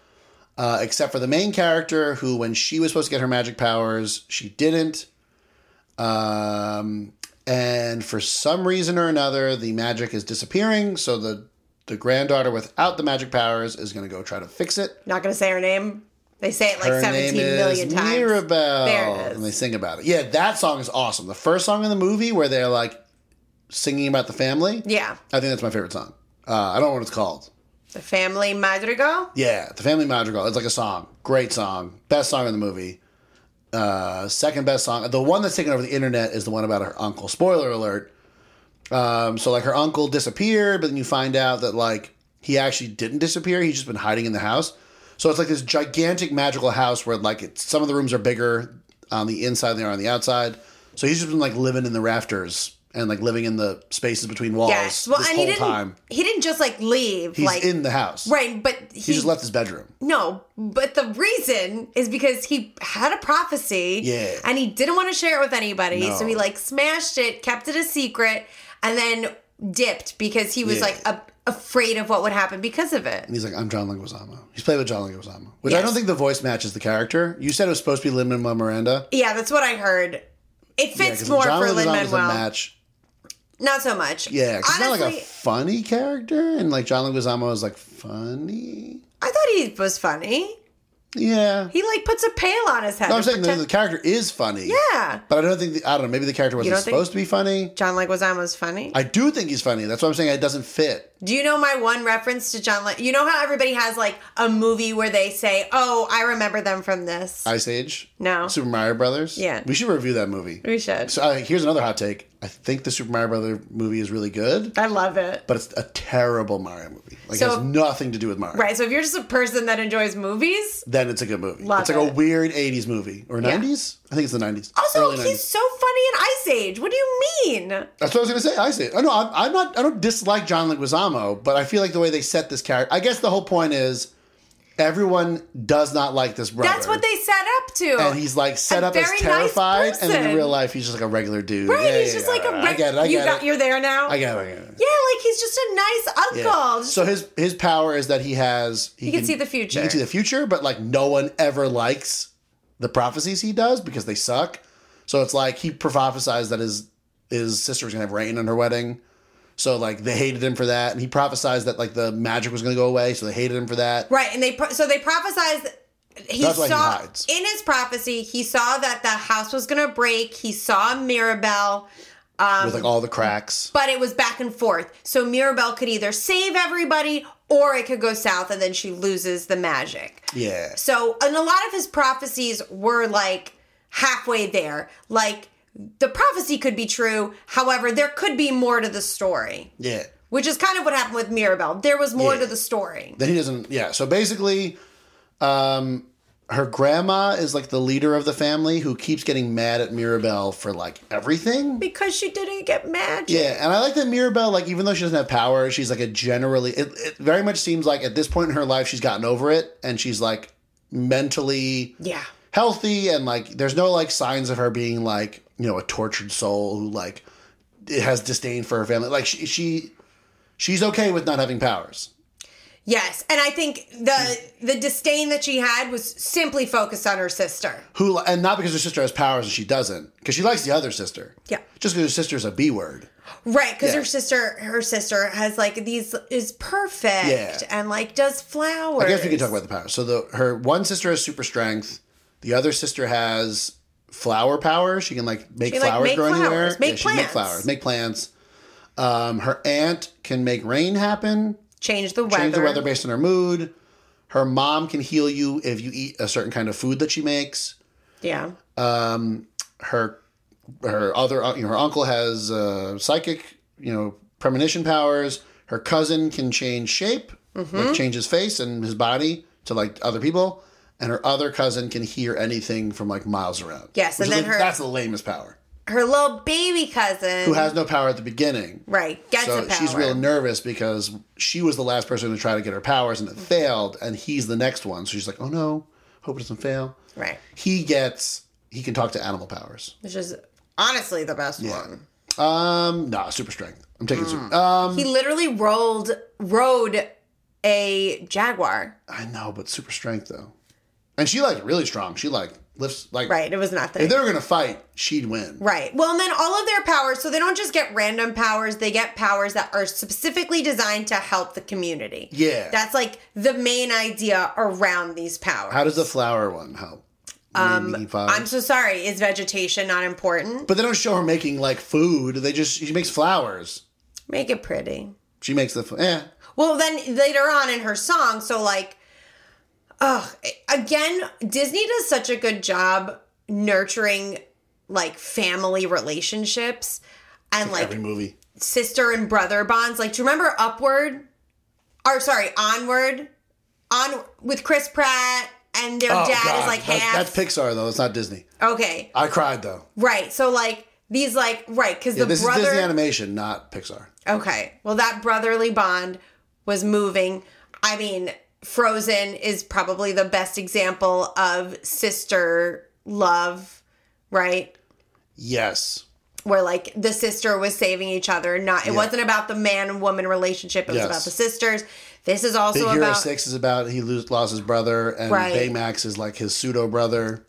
Speaker 1: Uh, except for the main character, who when she was supposed to get her magic powers, she didn't. Um, and for some reason or another, the magic is disappearing. So the the granddaughter without the magic powers is going to go try to fix it.
Speaker 2: Not gonna say her name. They say it like
Speaker 1: Her
Speaker 2: seventeen million times.
Speaker 1: Mirabelle.
Speaker 2: There it is.
Speaker 1: And they sing about it. Yeah, that song is awesome. The first song in the movie where they're like singing about the family.
Speaker 2: Yeah.
Speaker 1: I think that's my favorite song. Uh, I don't know what it's called.
Speaker 2: The family Madrigal.
Speaker 1: Yeah, the Family Madrigal. It's like a song. Great song. Best song in the movie. Uh, second best song. The one that's taken over the internet is the one about her uncle. Spoiler alert. Um, so like her uncle disappeared, but then you find out that like he actually didn't disappear. He's just been hiding in the house. So it's like this gigantic magical house where like it's, some of the rooms are bigger on the inside than they are on the outside. So he's just been like living in the rafters and like living in the spaces between walls
Speaker 2: Yes. Well,
Speaker 1: this
Speaker 2: and
Speaker 1: whole
Speaker 2: he didn't.
Speaker 1: time.
Speaker 2: He didn't just like leave.
Speaker 1: He's
Speaker 2: like
Speaker 1: in the house.
Speaker 2: right, but he,
Speaker 1: He just left his bedroom.
Speaker 2: No, but the reason is because he had a prophecy.
Speaker 1: Yeah.
Speaker 2: And he didn't want to share it with anybody.
Speaker 1: No.
Speaker 2: So he like smashed it, kept it a secret, and then dipped because he was
Speaker 1: Yeah.
Speaker 2: like a- afraid of what would happen because of it.
Speaker 1: And he's like, I'm John Leguizamo. He's played with John Leguizamo, which I
Speaker 2: Yes.
Speaker 1: don't think the voice matches the character. You said it was supposed to be Lin Manuel Miranda.
Speaker 2: Yeah, that's what I heard. It
Speaker 1: Yeah,
Speaker 2: fits
Speaker 1: 'cause
Speaker 2: more
Speaker 1: John
Speaker 2: for Lin
Speaker 1: Leguizamo's a
Speaker 2: Manuel.
Speaker 1: match.
Speaker 2: Not so much.
Speaker 1: Yeah, because he's
Speaker 2: honestly,
Speaker 1: not like a funny character, and like John Leguizamo is like funny.
Speaker 2: I thought he was funny.
Speaker 1: Yeah,
Speaker 2: He like puts a pail on his head.
Speaker 1: no, I'm
Speaker 2: and
Speaker 1: saying the,
Speaker 2: pretend-
Speaker 1: the character is funny.
Speaker 2: yeah,
Speaker 1: but I don't think the, I don't know. Maybe the character wasn't
Speaker 2: don't think-
Speaker 1: supposed to be funny.
Speaker 2: John Leguizamo's funny.
Speaker 1: I do think he's funny. That's what I'm saying. It doesn't fit.
Speaker 2: Do you know my one reference to John? Le- you know how everybody has like a movie where they say, "Oh, I remember them from this."
Speaker 1: Ice Age.
Speaker 2: No.
Speaker 1: Super Mario Brothers.
Speaker 2: Yeah.
Speaker 1: we should review that movie.
Speaker 2: we should.
Speaker 1: So uh, here's another hot take. I think the Super Mario Brother movie is really good.
Speaker 2: I love it.
Speaker 1: but it's a terrible Mario movie. Like it
Speaker 2: So-
Speaker 1: has nothing to do with Mario.
Speaker 2: Right. So if you're just a person that enjoys movies,
Speaker 1: Then it's a good movie.
Speaker 2: Love
Speaker 1: it's like a
Speaker 2: it.
Speaker 1: weird '80s movie or
Speaker 2: Yeah.
Speaker 1: '90s. I think it's the '90s.
Speaker 2: also
Speaker 1: Early
Speaker 2: he's so funny in Ice Age. What do you mean?
Speaker 1: That's what I was gonna say. I say. I know. I'm, I'm not. I don't dislike John Leguizamo, but I feel like the way they set this character. I guess the whole point is everyone does not like this brother.
Speaker 2: That's what they set up to.
Speaker 1: And he's like set
Speaker 2: A
Speaker 1: up as
Speaker 2: very nice
Speaker 1: terrified, and then in
Speaker 2: person.
Speaker 1: real life he's just like a regular dude.
Speaker 2: right.
Speaker 1: Yeah,
Speaker 2: he's
Speaker 1: yeah,
Speaker 2: just
Speaker 1: yeah,
Speaker 2: like a.
Speaker 1: I
Speaker 2: reg-
Speaker 1: get it. I
Speaker 2: you
Speaker 1: get
Speaker 2: got.
Speaker 1: it.
Speaker 2: You're there now.
Speaker 1: I get it. I get it.
Speaker 2: yeah, like he's just a nice uncle.
Speaker 1: Yeah.
Speaker 2: Just-
Speaker 1: So his his power is that he has he,
Speaker 2: can see the future.
Speaker 1: He can see the future, but like no one ever likes the prophecies he does because they suck. So it's like he prophesized that his his sister was gonna have rain on her wedding. So like they hated him for that, and he prophesized that like the magic was gonna go away, so they hated him for that.
Speaker 2: Right, and they pro- so they prophesized. He
Speaker 1: That's why he
Speaker 2: saw
Speaker 1: hides.
Speaker 2: in his prophecy, he saw that the house was going to break. He saw Mirabelle, um,
Speaker 1: With like all the cracks.
Speaker 2: but it was back and forth. So Mirabelle could either save everybody or it could go south, and then she loses the magic.
Speaker 1: Yeah.
Speaker 2: So, and a lot of his prophecies were like halfway there. Like the prophecy could be true, however, there could be more to the story,
Speaker 1: Yeah.
Speaker 2: which is kind of what happened with Mirabelle. There was more
Speaker 1: Yeah.
Speaker 2: to the story.
Speaker 1: Then he doesn't yeah. So basically, um her grandma is like the leader of the family who keeps getting mad at Mirabelle for like everything.
Speaker 2: Because she didn't get magic.
Speaker 1: Yeah, and I like that Mirabelle, like, even though she doesn't have power, she's like a generally, it, it very much seems like at this point in her life, she's gotten over it and she's like mentally
Speaker 2: Yeah.
Speaker 1: healthy and like, there's no like signs of her being like, you know, a tortured soul who like has disdain for her family. Like, she, she she's okay with not having powers.
Speaker 2: Yes, and I think the the disdain that she had was simply focused on her sister.
Speaker 1: Who, and not because her sister has powers and she doesn't, because she likes the other sister.
Speaker 2: Yeah.
Speaker 1: Just because her sister's a B word.
Speaker 2: Right, because
Speaker 1: Yeah.
Speaker 2: her sister her sister has like these is perfect
Speaker 1: Yeah.
Speaker 2: and like does flowers.
Speaker 1: I guess we can talk about the powers. So the her one sister has super strength, the other sister has flower power. She can like make
Speaker 2: She can, like,
Speaker 1: flowers
Speaker 2: make
Speaker 1: grow anywhere.
Speaker 2: flowers, make
Speaker 1: yeah, she can make
Speaker 2: plants.
Speaker 1: flowers, make plants. Um, her aunt can make rain happen.
Speaker 2: Change the weather.
Speaker 1: Change the weather based on her mood. Her mom can heal you if you eat a certain kind of food that she makes.
Speaker 2: Yeah.
Speaker 1: Her her other you know her uncle has uh, psychic you know premonition powers. Her cousin can change shape,
Speaker 2: Mm-hmm.
Speaker 1: like change his face and his body to like other people. And her other cousin can hear anything from like miles around.
Speaker 2: Yes,
Speaker 1: Which
Speaker 2: and
Speaker 1: is,
Speaker 2: then
Speaker 1: like,
Speaker 2: her-
Speaker 1: that's the lamest power.
Speaker 2: Her little baby cousin.
Speaker 1: Who has no power at the beginning.
Speaker 2: right. Gets a
Speaker 1: So
Speaker 2: power.
Speaker 1: she's real nervous because she was the last person to try to get her powers and it
Speaker 2: Mm-hmm.
Speaker 1: failed, and he's the next one. So she's like, "Oh no, hope it doesn't fail."
Speaker 2: Right.
Speaker 1: He gets he can talk to animal powers.
Speaker 2: Which is honestly the best one.
Speaker 1: Um, nah, super strength. I'm taking
Speaker 2: Hmm.
Speaker 1: super. Um,
Speaker 2: He literally rolled rode a jaguar.
Speaker 1: I know, but super strength though, and she like really strong. She like lifts like
Speaker 2: Right. It was nothing.
Speaker 1: if they were gonna fight, she'd win.
Speaker 2: Right. Well, and then all of their powers, so they don't just get random powers, they get powers that are specifically designed to help the community.
Speaker 1: Yeah.
Speaker 2: That's like the main idea around these powers.
Speaker 1: How does the flower one help? Um,
Speaker 2: I'm so sorry. Is vegetation not important?
Speaker 1: but they don't show her making like food. They just she makes flowers.
Speaker 2: Make it pretty.
Speaker 1: She makes the eh, fl- yeah.
Speaker 2: Well, then later on in her song, so like, ugh, again, Disney does such a good job nurturing like family relationships and like
Speaker 1: every movie.
Speaker 2: sister and brother bonds. Like, do you remember Upward? Or sorry, Onward, on with Chris Pratt and their
Speaker 1: Oh,
Speaker 2: dad
Speaker 1: God.
Speaker 2: is like
Speaker 1: That-
Speaker 2: half.
Speaker 1: That's Pixar though. It's not Disney.
Speaker 2: okay,
Speaker 1: I cried though.
Speaker 2: right. So like these like right because the
Speaker 1: this
Speaker 2: brother.
Speaker 1: is Disney animation, not Pixar.
Speaker 2: Okay. Well, that brotherly bond was moving. I mean, Frozen is probably the best example of sister love, right?
Speaker 1: Yes.
Speaker 2: Where like the sister was saving each other. Not it wasn't about the man and woman relationship. It was
Speaker 1: Yes.
Speaker 2: about the sisters. This is also
Speaker 1: Big Hero
Speaker 2: about
Speaker 1: Six is about he lose, lost his brother, and
Speaker 2: Right.
Speaker 1: Baymax is like his pseudo brother.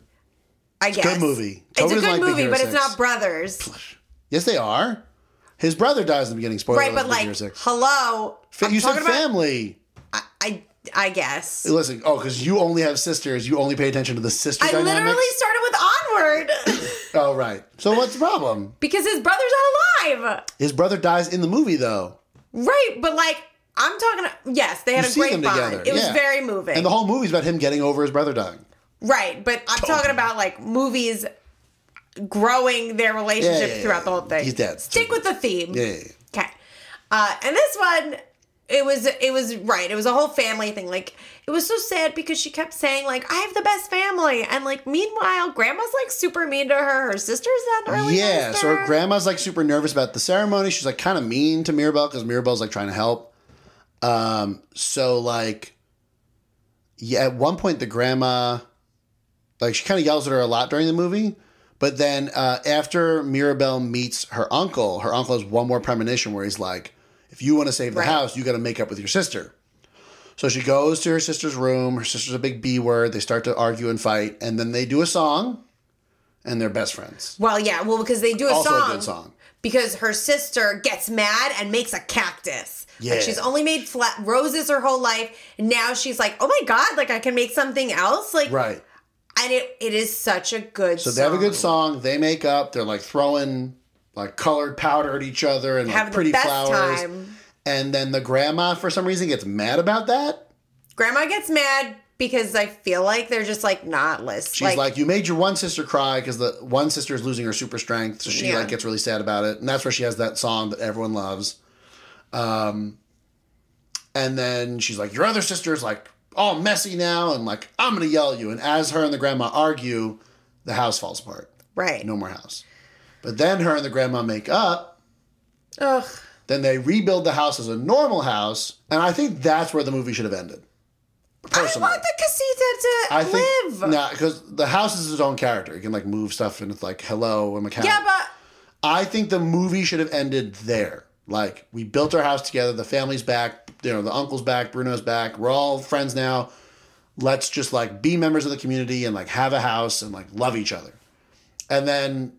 Speaker 2: I guess
Speaker 1: Good movie.
Speaker 2: It's
Speaker 1: Toby
Speaker 2: a
Speaker 1: doesn't
Speaker 2: good
Speaker 1: like Big
Speaker 2: movie,
Speaker 1: Hero
Speaker 2: but it's
Speaker 1: Six.
Speaker 2: not brothers,
Speaker 1: Yes, they are. His brother dies in the beginning. Spoiler
Speaker 2: right?
Speaker 1: alert,
Speaker 2: But
Speaker 1: Big
Speaker 2: like,
Speaker 1: Hero Six.
Speaker 2: hello, I'm
Speaker 1: you said
Speaker 2: talking about-
Speaker 1: family.
Speaker 2: I I guess
Speaker 1: Listen, oh, because you only have sisters. You only pay attention to the sister
Speaker 2: I
Speaker 1: dynamics.
Speaker 2: literally started with onward
Speaker 1: Oh, right. So what's the problem?
Speaker 2: because his brother's not alive.
Speaker 1: His brother dies in the movie though,
Speaker 2: Right, but like I'm talking. Yes, they had
Speaker 1: You
Speaker 2: a
Speaker 1: see
Speaker 2: great
Speaker 1: them
Speaker 2: bond.
Speaker 1: together,
Speaker 2: It was
Speaker 1: yeah.
Speaker 2: very moving.
Speaker 1: and the whole movie's about him getting over his brother dying.
Speaker 2: right, but I'm talking about like movies growing their relationship
Speaker 1: yeah,
Speaker 2: throughout
Speaker 1: yeah.
Speaker 2: the whole thing.
Speaker 1: He's dead.
Speaker 2: Stick with the theme.
Speaker 1: Yeah, yeah, yeah.
Speaker 2: Okay. Uh, and this one, it was it was right. It was a whole family thing. Like it was so sad because she kept saying like I have the best family, and like meanwhile, grandma's like super mean to her. Her sister's not really.
Speaker 1: yeah,
Speaker 2: nice to
Speaker 1: so her
Speaker 2: her.
Speaker 1: grandma's like super nervous about the ceremony. She's like kind of mean to Mirabelle because Mirabelle's like trying to help. Um, so like, yeah, at one point the grandma, like she kind of yells at her a lot during the movie, but then uh, after Mirabelle meets her uncle, her uncle has one more premonition where he's like, if you want to save the
Speaker 2: Right.
Speaker 1: house, you got to make up with your sister. So she goes to her sister's room. Her sister's a big B word. They start to argue and fight, and then they do a song, and they're best friends
Speaker 2: well, yeah, well because they do a
Speaker 1: also
Speaker 2: song.
Speaker 1: a good song.
Speaker 2: because her sister gets mad and makes a cactus.
Speaker 1: Yeah.
Speaker 2: Like she's only made flat roses her whole life. And now she's like, oh my god, like I can make something else. Like
Speaker 1: Right.
Speaker 2: and it it is such a good
Speaker 1: So they have a good song. They make up. They're like throwing like colored powder at each other and like,
Speaker 2: Have the
Speaker 1: pretty
Speaker 2: best
Speaker 1: flowers.
Speaker 2: time.
Speaker 1: And then the grandma, for some reason, gets mad about that.
Speaker 2: Grandma gets mad because I feel like they're just like not listening.
Speaker 1: She's like, "You made your one sister cry because the one sister is losing her super strength, so she
Speaker 2: Yeah.
Speaker 1: like gets really sad about it." And that's where she has that song that everyone loves. Um, and then she's like, "Your other sister's like all messy now, and like I'm gonna yell at you." And as her and the grandma argue, the house falls apart.
Speaker 2: right.
Speaker 1: no more house. But then her and the grandma make up.
Speaker 2: Ugh.
Speaker 1: Then they rebuild the house as a normal house, and I think that's where the movie should have ended.
Speaker 2: I want the casita to
Speaker 1: I think
Speaker 2: live.
Speaker 1: because the house is its own character. It can like move stuff, and it's like, "Hello, I'm a cat."
Speaker 2: Yeah, but
Speaker 1: I think the movie should have ended there. Like we built our house together. The family's back. You know, the uncle's back. Bruno's back. We're all friends now. Let's just like be members of the community and like have a house and like love each other. And then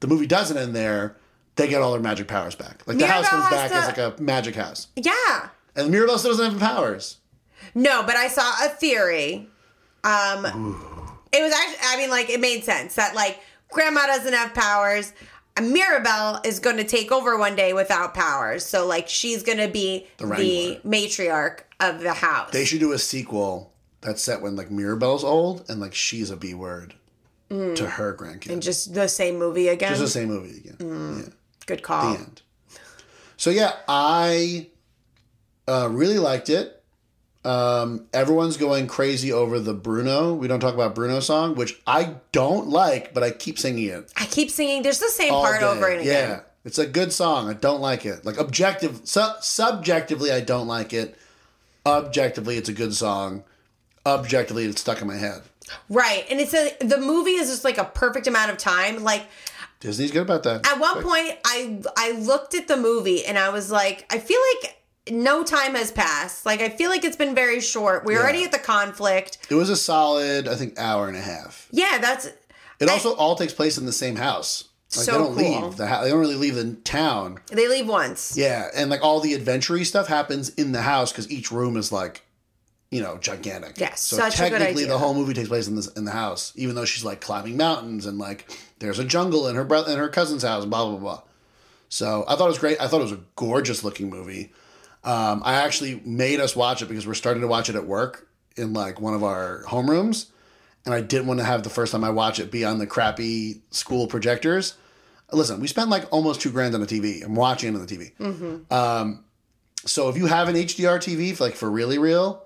Speaker 1: the movie doesn't end there. They get all their magic powers back. Like the
Speaker 2: Mirabelle
Speaker 1: house comes
Speaker 2: has
Speaker 1: back
Speaker 2: to-
Speaker 1: as like a magic house.
Speaker 2: yeah.
Speaker 1: And Mirabelle still doesn't have powers.
Speaker 2: No, but I saw a theory. Um, it was actually, I mean, like, it made sense that, like, Grandma doesn't have powers. Mirabelle is going to take over one day without powers. So, like, she's going to be the,
Speaker 1: Wrangler.
Speaker 2: matriarch of the house.
Speaker 1: They should do a sequel that's set when like Mirabelle's old and like she's a B word to her grandkid.
Speaker 2: Mm. and Mm. just the same movie again.
Speaker 1: it's the same movie again. Yeah.
Speaker 2: Good call.
Speaker 1: end. So yeah, I uh, really liked it. Um, everyone's going crazy over the Bruno. We don't talk about Bruno song, which I don't like, but I keep singing it
Speaker 2: I keep singing. There's the same
Speaker 1: all
Speaker 2: part
Speaker 1: day.
Speaker 2: over and
Speaker 1: yeah,
Speaker 2: again.
Speaker 1: it's a good song. I don't like it. Like objective, su- subjectively, I don't like it. Objectively, it's a good song. Objectively, it's stuck in my head.
Speaker 2: Right. And it's a, the movie is just like a perfect amount of time. Like,
Speaker 1: Disney's good about that.
Speaker 2: at one point i i looked at the movie and i was like i feel like no time has passed like i feel like it's been very short we're already at the conflict
Speaker 1: it was a solid, I think, hour and a half.
Speaker 2: yeah that's
Speaker 1: It also all takes place in the same house. Like
Speaker 2: So
Speaker 1: they don't
Speaker 2: cool.
Speaker 1: leave the house. They don't really leave the town.
Speaker 2: they leave once
Speaker 1: Yeah, and like all the adventure stuff happens in the house because each room is like, you know, gigantic.
Speaker 2: Yes,
Speaker 1: So
Speaker 2: such a good
Speaker 1: technically,
Speaker 2: idea.
Speaker 1: the whole movie takes place in this in the house, even though she's like climbing mountains and like there's a jungle in her brother in her cousin's house. Blah blah blah. So I thought it was great. I thought it was a gorgeous looking movie. Um, I actually made us watch it because we're starting to watch it at work in like one of our homerooms, and I didn't want to have the first time I watch it be on the crappy school projectors. Listen, we spent like almost two grand on a TV. I'm watching it on the TV. So if you have an HDR TV, for, like for really real,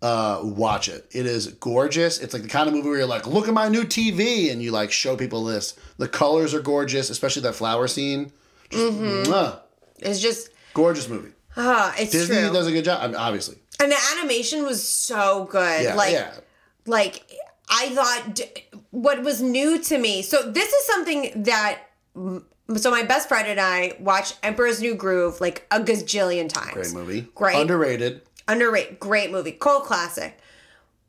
Speaker 1: uh, watch it. It is gorgeous. It's like the kind of movie where you're like, look at my new TV, and you like show people this. The colors are gorgeous, especially that flower scene. Just, mwah.
Speaker 2: it's just
Speaker 1: gorgeous movie.
Speaker 2: uh, Mm-hmm. it's
Speaker 1: Disney
Speaker 2: true
Speaker 1: does a good job, I mean, obviously.
Speaker 2: and the animation was so good
Speaker 1: Yeah,
Speaker 2: like
Speaker 1: yeah.
Speaker 2: like i thought d- what was new to me so this is something that so my best friend and i watched emperor's new groove like a gazillion times
Speaker 1: Great movie.
Speaker 2: Great.
Speaker 1: Underrated.
Speaker 2: underrated great movie cold classic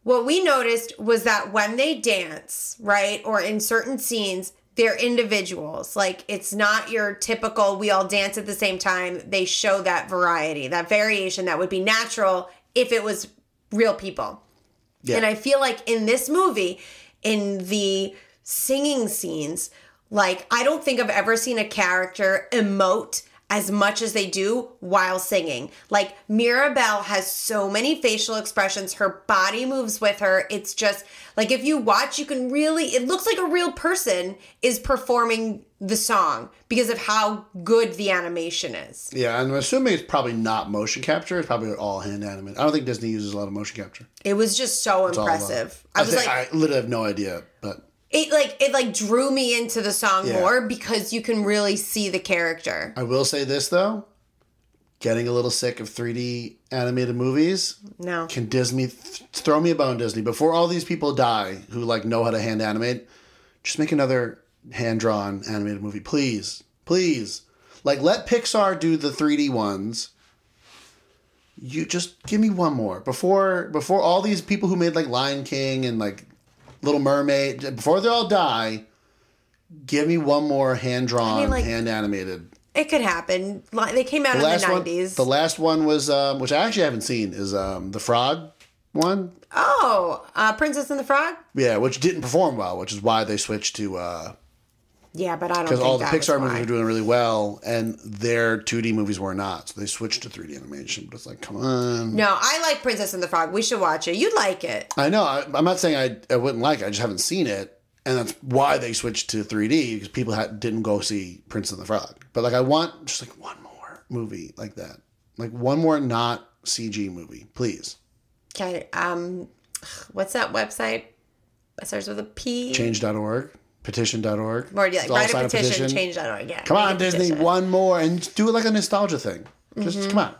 Speaker 2: what we noticed was that when they dance right or in certain scenes they're individuals like it's not your typical we all dance at the same time they show that variety that variation that would be natural if it was real people
Speaker 1: Yeah.
Speaker 2: and I feel like in this movie, in the singing scenes, like I don't think I've ever seen a character emote as much as they do while singing. Like Mirabelle has so many facial expressions, her body moves with her. It's just like if you watch, you can really, it looks like a real person is performing the song because of how good the animation is.
Speaker 1: yeah, and I'm assuming it's probably not motion capture. It's probably all hand animated. I don't think Disney uses a lot of motion capture.
Speaker 2: It was just so
Speaker 1: All of them.
Speaker 2: impressive. I was
Speaker 1: think-
Speaker 2: like,
Speaker 1: I literally have no idea, but
Speaker 2: it like it like drew me into the song
Speaker 1: Yeah.
Speaker 2: more because you can really see the character.
Speaker 1: I will say this though, getting a little sick of 3D animated movies.
Speaker 2: No.
Speaker 1: Can Disney th- throw me a bone, Disney? Before all these people die who like know how to hand animate, just make another hand drawn animated movie, please, please. Like let Pixar do the 3D ones. You just give me one more before before all these people who made like Lion King and like Little Mermaid before they all die. Give me one more hand drawn,
Speaker 2: like-
Speaker 1: hand animated
Speaker 2: It could happen. Li- They came out in the nineties.
Speaker 1: one, the last one was, um, which I actually haven't seen, is um, the frog one.
Speaker 2: oh, uh, Princess and the Frog?
Speaker 1: Yeah, which didn't perform well, which is why they switched to because
Speaker 2: Yeah, but I don't think
Speaker 1: all the
Speaker 2: that was
Speaker 1: Pixar movies
Speaker 2: why.
Speaker 1: were doing really well, and their 2D movies were not, so they switched to 3D animation. But it's like, come on.
Speaker 2: No, I like Princess and the Frog. We should watch it. You'd like it.
Speaker 1: I know. I, I'm not saying I, I wouldn't like it. I just haven't seen it, and that's why they switched to 3D because people had, didn't go see Prince and the Frog. But like, I want just like one more movie like that, like one more not CG movie, please.
Speaker 2: Okay. Um what's that website? It starts with a P.
Speaker 1: change.org, petition.org.
Speaker 2: Or yeah, like,
Speaker 1: All
Speaker 2: write
Speaker 1: sign
Speaker 2: a petition, change that on. Yeah.
Speaker 1: Come
Speaker 2: make
Speaker 1: on,
Speaker 2: a
Speaker 1: Disney,
Speaker 2: petition. Mm-hmm.
Speaker 1: one more and just do it like a nostalgia thing. Just come on.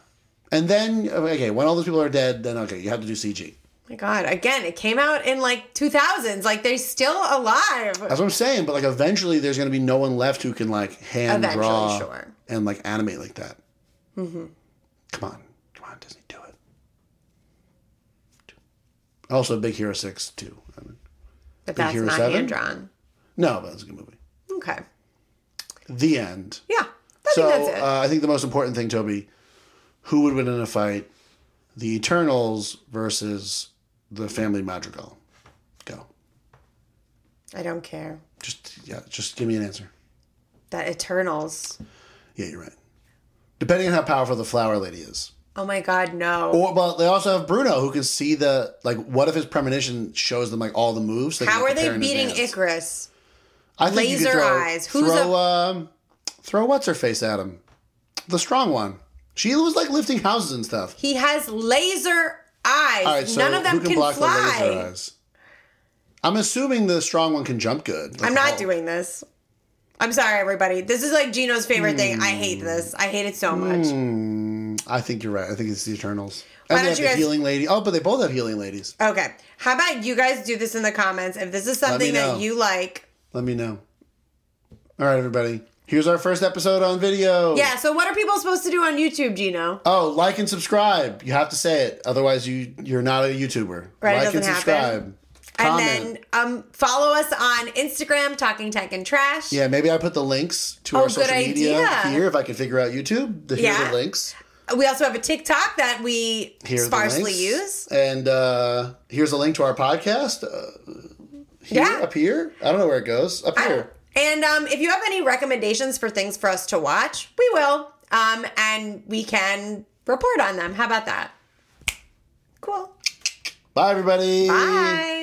Speaker 1: And then, okay, when all those people are dead, then okay, you have to do CG.
Speaker 2: my God. Again, it came out in like two thousands. Like they're still alive.
Speaker 1: That's what I'm saying, but like eventually there's going to be no one left who can like hand
Speaker 2: Eventually,
Speaker 1: draw
Speaker 2: sure. Mm-hmm.
Speaker 1: and like animate like that. Come on. Come on, Disney, do it. Do it. Also, Big Hero 6 too. I mean,
Speaker 2: But that's
Speaker 1: Hero
Speaker 2: not
Speaker 1: 7?
Speaker 2: hand drawn.
Speaker 1: no, but it's a good movie.
Speaker 2: Okay.
Speaker 1: The end.
Speaker 2: Yeah. I
Speaker 1: so
Speaker 2: think that's it.
Speaker 1: Uh, I think the most important thing, Toby, who would win in a fight, the Eternals versus the Family Madrigal? Go.
Speaker 2: I don't care.
Speaker 1: Just yeah, just give me an answer.
Speaker 2: That Eternals.
Speaker 1: Yeah, you're right. Depending on how powerful the flower lady is.
Speaker 2: Oh my God, no.
Speaker 1: Or well, they also have Bruno who can see the like what if his premonition shows them like all the moves. can,
Speaker 2: How
Speaker 1: like,
Speaker 2: are they
Speaker 1: prepare in
Speaker 2: beating
Speaker 1: advance.
Speaker 2: Icarus?
Speaker 1: I think you could
Speaker 2: Laser
Speaker 1: throw,
Speaker 2: eyes. Who's
Speaker 1: throw, um, throw what's her face at him? The strong one. She was like lifting houses and stuff.
Speaker 2: He has laser eyes.
Speaker 1: All right, so
Speaker 2: None of them
Speaker 1: who can,
Speaker 2: can,
Speaker 1: block
Speaker 2: fly.
Speaker 1: the laser eyes? I'm assuming the strong one can jump good. like
Speaker 2: I'm not
Speaker 1: Hulk.
Speaker 2: doing this. I'm sorry, everybody. This is like Gino's favorite thing. I hate
Speaker 1: Hmm.
Speaker 2: this. I hate it so much.
Speaker 1: I think you're right. I think it's the Eternals.
Speaker 2: Why
Speaker 1: And they
Speaker 2: don't
Speaker 1: have
Speaker 2: you
Speaker 1: the
Speaker 2: guys-
Speaker 1: healing lady. Oh, but they both have healing ladies.
Speaker 2: Okay. How about you guys do this in the comments? If this is something
Speaker 1: know.
Speaker 2: that you like.
Speaker 1: Let me know. All right, everybody. Here's our first episode on video.
Speaker 2: Yeah, so what are people supposed to do on YouTube, Gino?
Speaker 1: Oh, like and subscribe. You have to say it, otherwise you you're not a YouTuber.
Speaker 2: Right, it
Speaker 1: like and
Speaker 2: doesn't
Speaker 1: subscribe.
Speaker 2: happen. And then um, follow us on Instagram, Talking Tech and Trash.
Speaker 1: Yeah, maybe I put the links to
Speaker 2: Oh,
Speaker 1: our social
Speaker 2: good
Speaker 1: media
Speaker 2: idea.
Speaker 1: here if I can figure out YouTube. The, here's
Speaker 2: Yeah.
Speaker 1: the links.
Speaker 2: We also have a TikTok that we
Speaker 1: Here are the
Speaker 2: sparsely
Speaker 1: links.
Speaker 2: use.
Speaker 1: And uh, here's a link to our podcast. Uh, here,
Speaker 2: Yeah.
Speaker 1: up here. I don't know where it goes. Up here.
Speaker 2: And um, if you have any recommendations for things for us to watch, we will. Um, and we can report on them. How about that? Cool.
Speaker 1: Bye, everybody.
Speaker 2: Bye.